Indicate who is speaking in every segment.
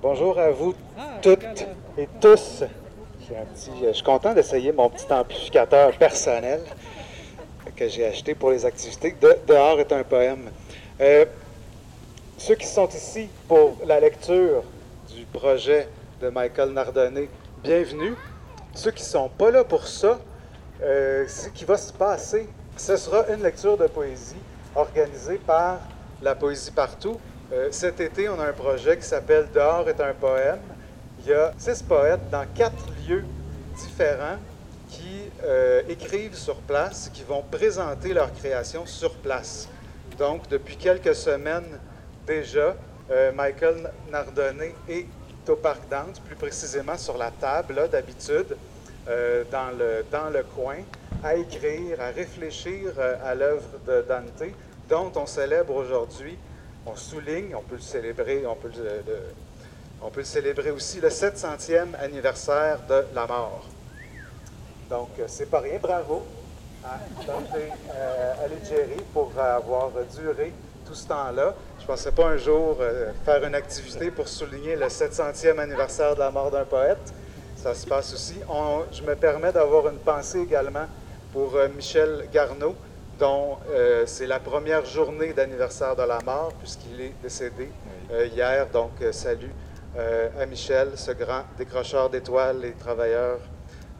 Speaker 1: Bonjour à vous toutes et tous. J'ai un petit- euh, je suis content d'essayer mon petit amplificateur personnel que j'ai acheté pour les activités de Dehors est un poème. Euh, ceux qui sont ici pour la lecture du projet de Michael Nardonnet, bienvenue. Ceux qui ne sont pas là pour ça, euh, ce qui va se passer, ce sera une lecture de poésie organisée par La Poésie Partout. Euh, cet été, on a un projet qui s'appelle Dehors est un poème. Il y a six poètes dans quatre lieux différents qui euh, écrivent sur place, qui vont présenter leur création sur place. Donc, depuis quelques semaines déjà, euh, Michael Nardonnet est au Parc Dante, plus précisément sur la table là, d'habitude, euh, dans, le, dans le coin, à écrire, à réfléchir euh, à l'œuvre de Dante, dont on célèbre aujourd'hui, on souligne, on peut le célébrer, on peut le- le- on peut le célébrer aussi le 700e anniversaire de la mort. Donc, euh, c'est pas rien. Bravo à Dante euh, Alighieri pour avoir duré tout ce temps-là. Je pensais pas un jour euh, faire une activité pour souligner le 700e anniversaire de la mort d'un poète. Ça se passe aussi. On- je me permets d'avoir une pensée également pour euh, Michel Garneau, dont euh, c'est la première journée d'anniversaire de la mort, puisqu'il est décédé euh, hier. Donc, euh, salut euh, à Michel, ce grand décrocheur d'étoiles et travailleur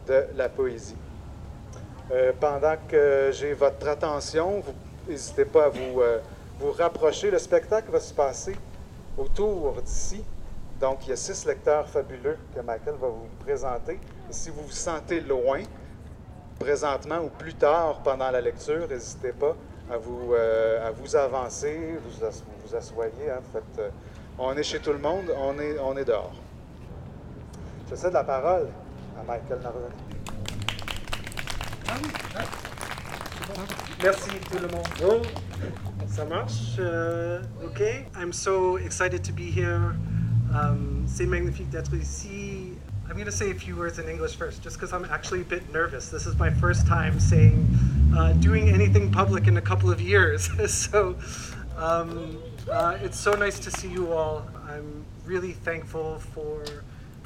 Speaker 1: de la poésie. Euh, pendant que j'ai votre attention, vous n'hésitez pas à vous, euh, vous rapprocher. Le spectacle va se passer autour d'ici. Donc, il y a six lecteurs fabuleux que Michael va vous présenter. Et si vous vous sentez loin, présentement ou plus tard pendant la lecture, n'hésitez pas à vous, euh, à vous avancer, vous as- vous assoyez. hein. Faites, euh, on est chez tout le monde, on est, on est dehors. Je cède la parole à Michael Nardone.
Speaker 2: Merci tout le monde. Bon, ça marche. euh, ok. I'm so excited to be here. Um, c'est magnifique d'être ici. I'm going to say a few words in English first, just because I'm actually a bit nervous. This is my first time saying, uh, doing anything public in a couple of years. so um, uh, it's so nice to see you all. I'm really thankful for,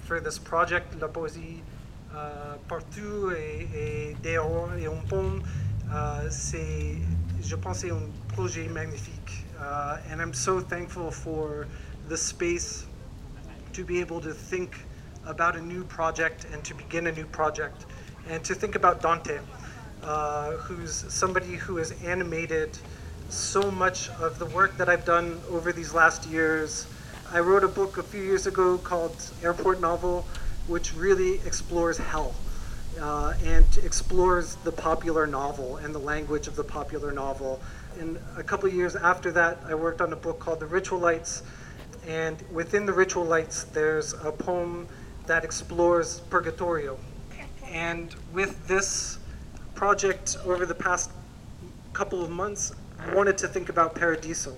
Speaker 2: for this project, La Poésie euh, partout et, et dehors et en pomme. Euh, c'est, je pense, que c'est un projet magnifique. Uh, and I'm so thankful for the space to be able to think about a new project and to begin a new project and to think about Dante, uh, who's somebody who has animated so much of the work that I've done over these last years. I wrote a book a few years ago called Airport Novel, which really explores hell uh, and explores the popular novel and the language of the popular novel. And a couple years after that, I worked on a book called The Ritualites, and within the Ritualites, there's a poem that explores Purgatorio. And with this project over the past couple of months, I wanted to think about Paradiso.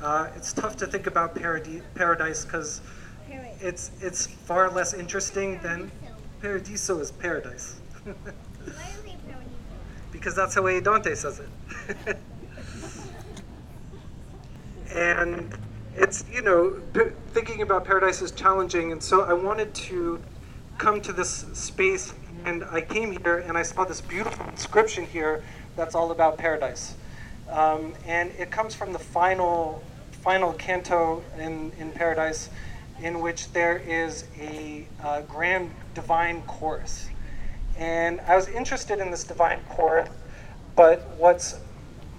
Speaker 2: Uh, it's tough to think about paradi- paradise because it's it's far less interesting than Paradiso is paradise. because that's how A. Dante says it. and it's you know p- thinking about paradise is challenging and so i wanted to come to this space and i came here and i saw this beautiful inscription here that's all about paradise um, and it comes from the final final canto in, in paradise in which there is a uh, grand divine chorus and i was interested in this divine chorus but what's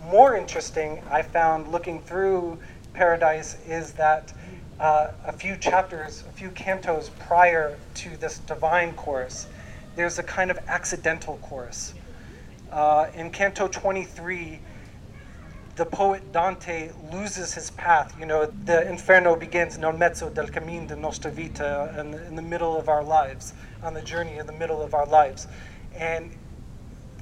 Speaker 2: more interesting I found looking through Paradise is that uh, a few chapters, a few cantos prior to this divine chorus, there's a kind of accidental chorus. Uh, in Canto 23, the poet Dante loses his path. You know, the inferno begins nel mezzo del cammin de nostra vita, in the, in the middle of our lives, on the journey in the middle of our lives. And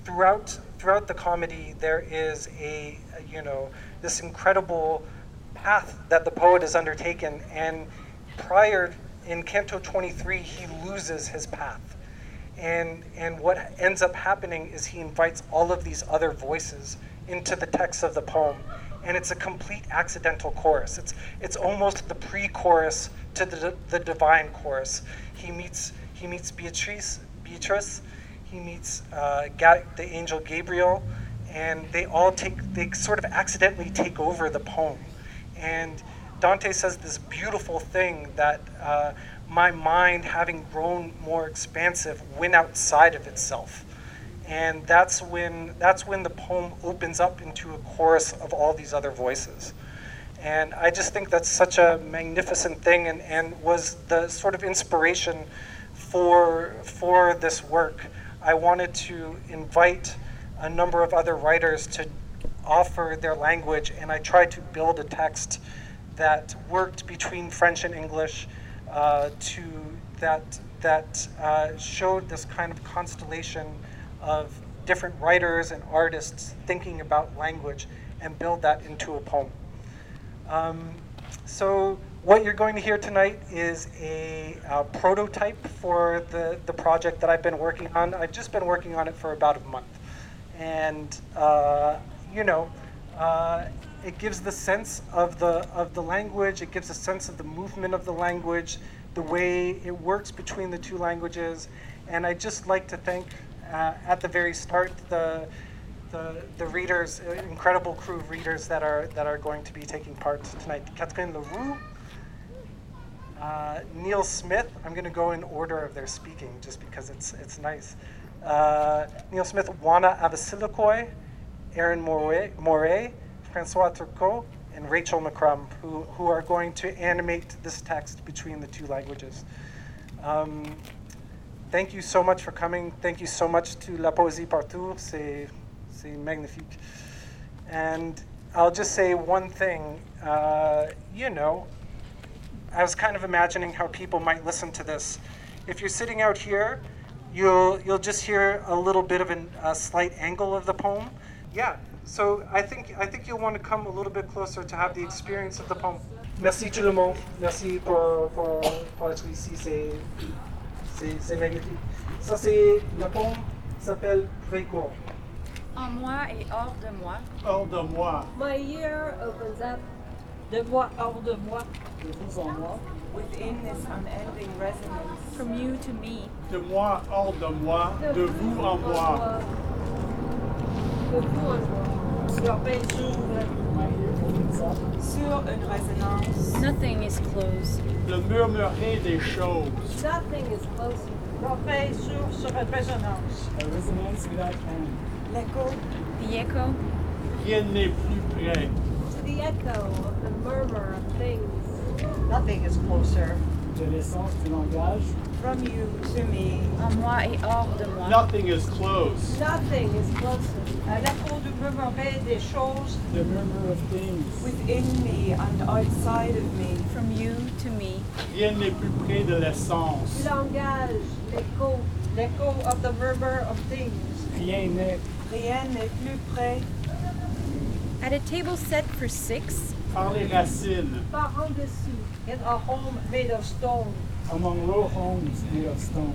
Speaker 2: throughout throughout the comedy there is a you know this incredible path that the poet has undertaken and prior in canto 23 he loses his path and and what ends up happening is he invites all of these other voices into the text of the poem and it's a complete accidental chorus it's it's almost the pre-chorus to the, the divine chorus. He meets he meets Beatrice, Beatrice. He meets uh, Ga- the angel Gabriel, and they all take they sort of accidentally take over the poem. And Dante says this beautiful thing that uh, my mind, having grown more expansive, went outside of itself and that's when that's when the poem opens up into a chorus of all these other voices and i just think that's such a magnificent thing and, and was the sort of inspiration for for this work i wanted to invite a number of other writers to offer their language and i tried to build a text that worked between french and english uh, to that that uh, showed this kind of constellation of different writers and artists thinking about language and build that into a poem. Um, so, what you're going to hear tonight is a, uh prototype for the, the project that I've been working on. I've just been working on it for about a month. And, uh, you know, uh, it gives the sense of the, of the language, it gives a sense of the movement of the language, the way it works between the two languages. And I'd just like to thank uh, at the very start the, the the readers, uh, incredible crew of readers that are that are going to be taking part tonight. Catherine Leroux, uh, Neil Smith. I'm going to go in order of their speaking just because it's it's nice. Uh, Neil Smith, Juana Avasilikoi, Aaron Moray, Moray, Francois Turcot, and Rachel McCrum, who, who are going to animate this text between the two languages. Um, Thank you so much for coming. Thank you so much to La Poésie Partout. C'est, c'est magnifique. And I'll just say one thing. Uh, you know, I was kind of imagining how people might listen to this. If you're sitting out here, you'll you'll just hear a little bit of an, a slight angle of the poem. Yeah. So I think I think you'll want to come a little bit closer to have the experience of the poem. Merci tout le monde. Merci pour pour, pour être ici. C'est c'est- c'est magnifique. Ça c'est le poème qui s'appelle Précourt.
Speaker 3: En moi et hors de moi,
Speaker 4: hors de moi,
Speaker 5: My year opens up. De moi, hors de moi.
Speaker 6: within this unending resonance.
Speaker 3: from you to me,
Speaker 4: de moi hors de moi, de vous en moi.
Speaker 5: De vous en moi. Leur belle s'ouvre.
Speaker 6: Sur une résonance,
Speaker 3: nothing is closed.
Speaker 4: Le murmurer des choses,
Speaker 5: Nothing is close. Leur belle s'ouvre sur une résonance.
Speaker 6: l'écho
Speaker 3: The echo
Speaker 4: rien n'est plus près,
Speaker 5: To the echo of the murmur of things.
Speaker 7: Nothing is closer.
Speaker 6: from you to me,
Speaker 3: en moi et hors de moi,
Speaker 4: nothing is close,
Speaker 5: Nothing is closer.
Speaker 7: À L'écho du murmure des choses
Speaker 6: within me and outside of me,
Speaker 3: from you to me,
Speaker 4: rien n'est plus près de l'essence,
Speaker 5: Du langage, l'écho.
Speaker 7: L'écho of the murmur of things.
Speaker 6: rien n'est plus près
Speaker 3: at a table set for six,
Speaker 4: par les racines,
Speaker 5: Par en dessous.
Speaker 7: In a home made of stone.
Speaker 8: among row homes made of stone,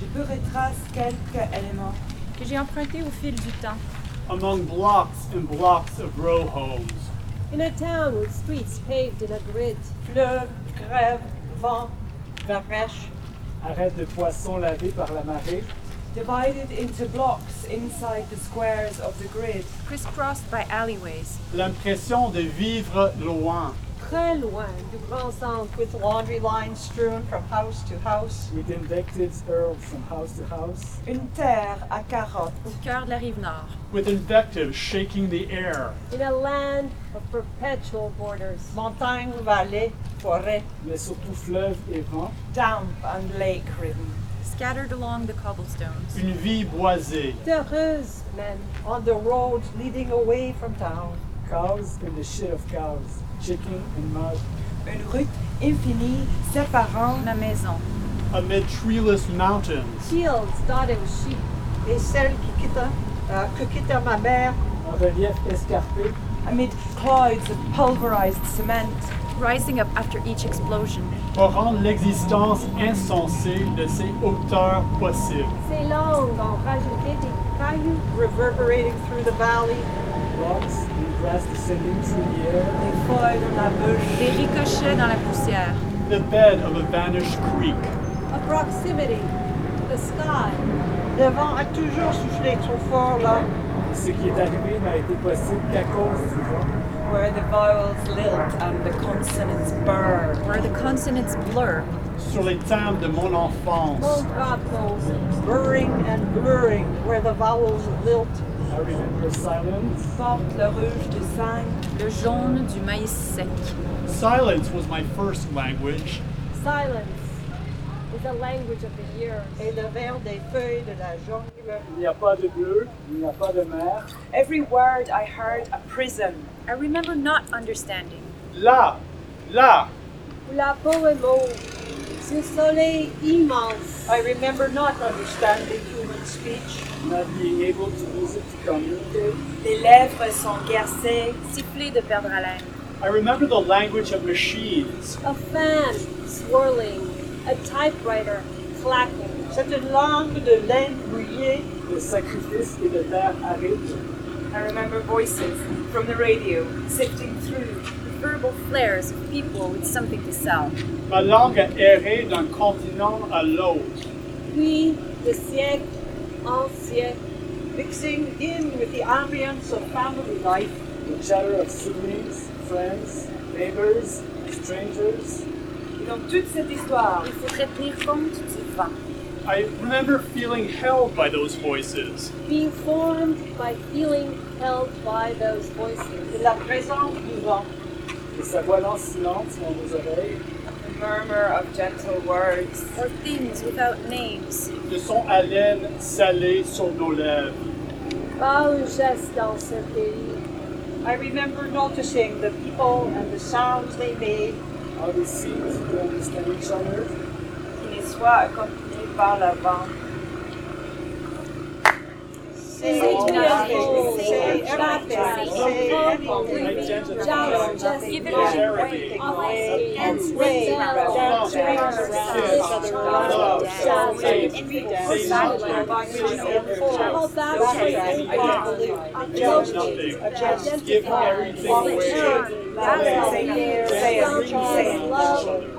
Speaker 6: Je peux retrace quelques éléments
Speaker 3: que j'ai emprunté au fil du temps,
Speaker 4: among blocks and blocks of row homes,
Speaker 5: In a town with streets paved in a grid.
Speaker 7: Fleuve, grève, vent, varèche.
Speaker 8: arêtes de poissons lavés par la marée,
Speaker 6: divided into blocks inside the squares of the grid,
Speaker 3: crisscrossed by alleyways,
Speaker 4: l'impression de vivre loin,
Speaker 5: Très loin du grand centre.
Speaker 7: With laundry lines strewn from house to house.
Speaker 8: with indected herbs from house to house,
Speaker 6: une terre à carottes,
Speaker 3: au cœur de la rive nord,
Speaker 4: with invective shaking the air,
Speaker 5: In a land of perpetual borders.
Speaker 7: Montagne, vallée, forêt.
Speaker 8: mais surtout fleuves et vents,
Speaker 6: damp and lake-ridden,
Speaker 3: scattered along the cobblestones,
Speaker 4: une vie boisée,
Speaker 5: Heureuse même.
Speaker 7: On the roads leading away from town.
Speaker 8: cows and the shit of cows, chicken and mud,
Speaker 6: une route infinie séparant
Speaker 3: ma maison,
Speaker 4: amid treeless mountains,
Speaker 5: Shields dotted with sheep.
Speaker 7: Et celle qui quitte, euh, que quitte ma mère.
Speaker 8: en relief escarpé,
Speaker 6: amid clouds of pulverized cement,
Speaker 3: rising up after each explosion,
Speaker 4: pour rendre l'existence insensée de ces hauteurs possibles.
Speaker 5: Ces langues ont rajouté des cailloux.
Speaker 7: Reverberating through the valley.
Speaker 8: rocks and grass descending through the air,
Speaker 6: des feuilles dans la bouche,
Speaker 3: des ricochets dans la poussière,
Speaker 4: the bed of a vanished creek.
Speaker 5: a proximity, the sky,
Speaker 7: Le vent a toujours soufflé trop fort, là.
Speaker 8: Ce qui est arrivé n'a été possible qu'à cause du vent.
Speaker 6: where the vowels lilt and the consonants burr.
Speaker 3: where the consonants blur.
Speaker 4: Sur les tables de mon enfance,
Speaker 7: Oh, God knows. Burring and blurring where the vowels lilt.
Speaker 8: I remember silence.
Speaker 6: Porte le rouge du sang.
Speaker 3: Le jaune du maïs sec.
Speaker 4: silence was my first language.
Speaker 5: silence is the language of the year.
Speaker 7: Et le vert des feuilles de la jungle.
Speaker 8: Il n'y a pas de bleu, il n'y a pas de mer.
Speaker 6: Every word I heard a prison.
Speaker 3: I remember not understanding.
Speaker 4: Là, là,
Speaker 5: La peau est mauve, ce soleil immense,
Speaker 7: I remember not understanding human speech.
Speaker 8: Not being able to use it to communicate.
Speaker 6: Les lèvres sont gercées.
Speaker 3: Siffler de perdre haleine.
Speaker 4: I remember the language of machines.
Speaker 5: a fan swirling, a typewriter clacking,
Speaker 7: C'est une langue de lin brouillé.
Speaker 8: Le sacrifice et de terre aride.
Speaker 6: I remember voices from the radio sifting through.
Speaker 3: Verbal flares of people with something to sell.
Speaker 4: Ma langue a erré d'un continent à l'autre.
Speaker 5: puis de siècle en siècle.
Speaker 7: Mixing in with the ambience of family life.
Speaker 8: The chatter of siblings, friends, neighbors, strangers.
Speaker 6: Et donc toute cette histoire,
Speaker 3: Il faudrait tenir compte du vent.
Speaker 4: I remember feeling held by those voices.
Speaker 5: being formed by feeling held by those
Speaker 7: De
Speaker 5: voices.
Speaker 7: la présence du vent.
Speaker 8: Et sa voix lancinante dans nos oreilles.
Speaker 6: the murmur of gentle words,
Speaker 3: Or things without names.
Speaker 4: De son haleine salée sur nos lèvres.
Speaker 5: Pas un geste dans ce pays.
Speaker 7: I remember noticing the people and the sounds they made.
Speaker 8: How they seem to understand each other.
Speaker 6: qui les soit accompagnés par le vent.
Speaker 7: Say
Speaker 5: Say
Speaker 7: nothing.
Speaker 5: nothing.
Speaker 7: Say
Speaker 5: Say
Speaker 7: everything.
Speaker 5: nothing.
Speaker 7: Say everything.
Speaker 5: Jealous, just
Speaker 3: Give it
Speaker 8: Charity.
Speaker 3: away.
Speaker 5: away,
Speaker 7: And
Speaker 5: and
Speaker 7: sway.
Speaker 5: rebel,
Speaker 7: Dance
Speaker 5: dance
Speaker 7: around each
Speaker 5: around
Speaker 7: other.
Speaker 5: Love,
Speaker 7: Love,
Speaker 4: hate,
Speaker 5: All that
Speaker 7: Backtrack. I don't
Speaker 5: was
Speaker 7: believe.
Speaker 4: Judge
Speaker 7: Judge.
Speaker 4: nothing.
Speaker 7: Adjust.
Speaker 4: Give everything away.
Speaker 7: Say it. Say it. Say it.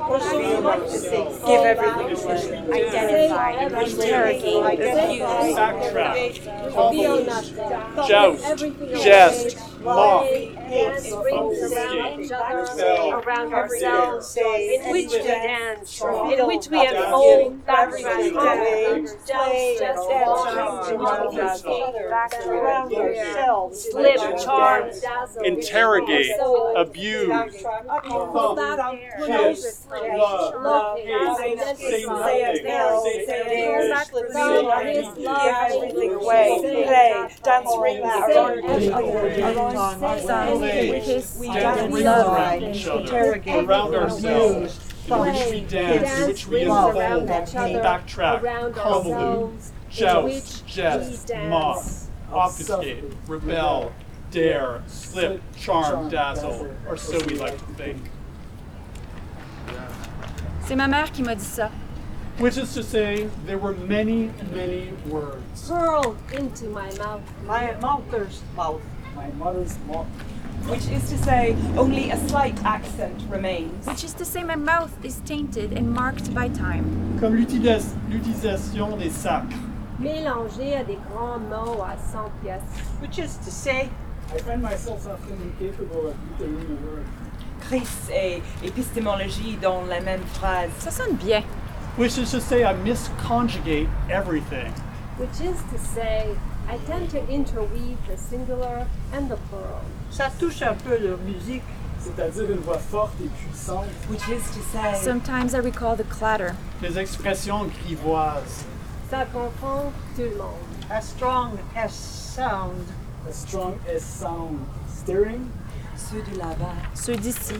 Speaker 7: Pursue
Speaker 5: Love,
Speaker 7: nothing.
Speaker 6: Give everything away.
Speaker 3: Identify, interrogate,
Speaker 7: Identify.
Speaker 3: abuse.
Speaker 4: Backtrack.
Speaker 5: Feel
Speaker 4: Conflict.
Speaker 5: nothing.
Speaker 4: Joust,
Speaker 5: Everything away.
Speaker 4: jest, mock,
Speaker 5: Play, dance, rings around each
Speaker 4: Sell.
Speaker 5: other, around ourselves,
Speaker 7: Say
Speaker 5: in which we dance, in which we
Speaker 7: Give
Speaker 5: have old
Speaker 7: everything away.
Speaker 5: background,
Speaker 7: Play.
Speaker 5: just, just,
Speaker 7: Dance around each other. Around ourselves.
Speaker 5: slip, charm,
Speaker 4: Dance.
Speaker 5: dazzle,
Speaker 4: Interrogate.
Speaker 5: soul,
Speaker 4: Abuse.
Speaker 5: all that
Speaker 4: Kiss. Love.
Speaker 5: Love,
Speaker 4: Hate. Say
Speaker 5: identify,
Speaker 4: nothing.
Speaker 5: tell,
Speaker 4: Say
Speaker 5: tell,
Speaker 4: everything.
Speaker 5: Love
Speaker 4: Say
Speaker 5: is
Speaker 4: everything.
Speaker 5: love.
Speaker 6: Give everything away. Play. Dance rings around each other.
Speaker 4: Play.
Speaker 3: Kiss.
Speaker 4: Dance rings around each other. Around ourselves. In which we dance, in which we
Speaker 5: Dance
Speaker 4: evolve.
Speaker 5: rings around each other,
Speaker 4: Backtrack.
Speaker 5: around
Speaker 4: Convolute.
Speaker 5: ourselves, in
Speaker 4: Joust.
Speaker 5: which we
Speaker 4: Jest. Mock.
Speaker 5: dance.
Speaker 4: Obfuscate. Rebel. Dare. Slip. Charm. Dazzle. Or so we like to think.
Speaker 3: C'est ma mère qui m'a dit ça.
Speaker 4: Which is to say, there were many, many words.
Speaker 5: Hurled into my mouth.
Speaker 7: My mother's mouth.
Speaker 8: My mother's mouth.
Speaker 6: Which is to say, only a slight accent remains.
Speaker 3: Which is to say, my mouth is tainted and marked by time.
Speaker 4: Comme l'utilis- l'utilisation des sacres.
Speaker 5: Mélangé à des grands mots à 100 pièces.
Speaker 7: Which is to say,
Speaker 8: I find myself often incapable of uttering a word.
Speaker 6: Chris et épistémologie dans la même phrase.
Speaker 3: Ça sonne bien.
Speaker 4: Which is to say, I misconjugate everything.
Speaker 5: Which is to say, I tend to interweave the singular and the plural.
Speaker 7: ça touche un peu leur musique.
Speaker 8: C'est-à-dire une voix forte et puissante.
Speaker 6: Which is to say,
Speaker 3: Sometimes I recall the clatter.
Speaker 4: Les expressions grivoises.
Speaker 5: Ça confond tout le monde.
Speaker 7: A strong S sound.
Speaker 8: A strong S sound. Stirring.
Speaker 6: ceux de là-bas.
Speaker 3: Ceux d'ici.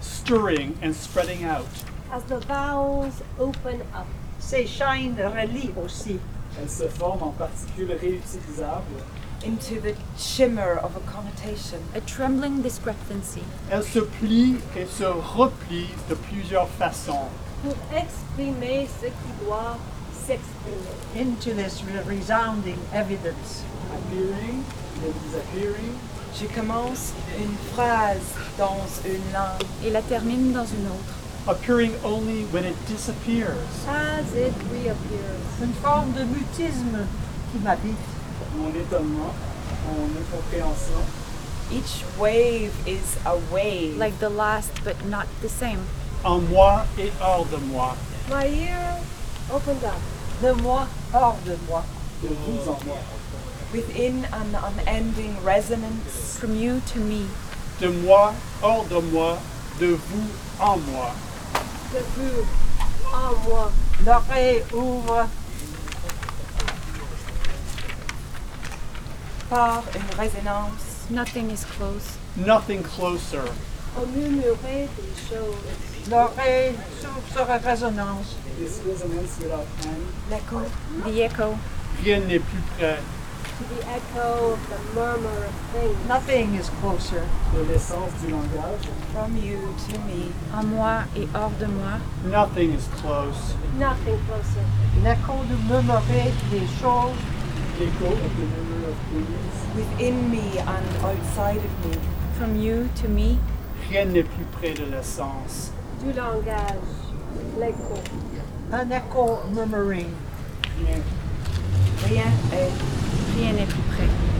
Speaker 4: Stirring and spreading out.
Speaker 5: As the vowels open up,
Speaker 7: C'est shine relie aussi.
Speaker 8: Elle se forme en particules réutilisables.
Speaker 6: Into the shimmer of a connotation.
Speaker 3: A trembling discrepancy.
Speaker 4: Elle se plie et se replie de plusieurs façons.
Speaker 5: pour exprimer ce qui doit s'exprimer.
Speaker 7: Into this resounding evidence.
Speaker 8: Appearing. then Disappearing.
Speaker 6: Je commence une phrase dans une langue.
Speaker 3: Et la termine dans une autre.
Speaker 4: appearing only when it disappears.
Speaker 5: as it reappears.
Speaker 7: Une forme de mutisme qui m'habite.
Speaker 8: Mon étonnement, mon incompréhension,
Speaker 6: Each wave is a wave.
Speaker 3: Like the last, but not the same.
Speaker 4: En moi et hors de moi.
Speaker 5: My ear opened up.
Speaker 7: De moi, hors de moi.
Speaker 8: de vous en moi.
Speaker 6: within an unending resonance,
Speaker 3: From you to me.
Speaker 4: De moi, hors de moi, de vous en moi.
Speaker 5: The food en moi.
Speaker 7: L'oreille ouvre
Speaker 6: par une résonance,
Speaker 3: Nothing is close.
Speaker 4: Nothing closer.
Speaker 5: On murmurait des choses.
Speaker 7: L'oreille s'ouvre sur la résonance.
Speaker 8: This resonance without end,
Speaker 6: l'écho,
Speaker 3: The echo.
Speaker 4: Rien n'est plus près.
Speaker 5: The echo of the murmur of things.
Speaker 7: Nothing is closer.
Speaker 8: de l'essence du langage,
Speaker 6: from you to me,
Speaker 3: En moi et hors de moi.
Speaker 4: Nothing is close.
Speaker 5: Nothing closer.
Speaker 7: L'écho de murmurer des choses
Speaker 8: l'écho of the memory of things,
Speaker 6: within me and outside of me,
Speaker 3: From you to me.
Speaker 4: Rien n'est plus près de l'essence.
Speaker 5: Du langage. L'écho.
Speaker 7: Un echo murmuring.
Speaker 8: rien
Speaker 6: rien est
Speaker 3: Rien n'est plus près.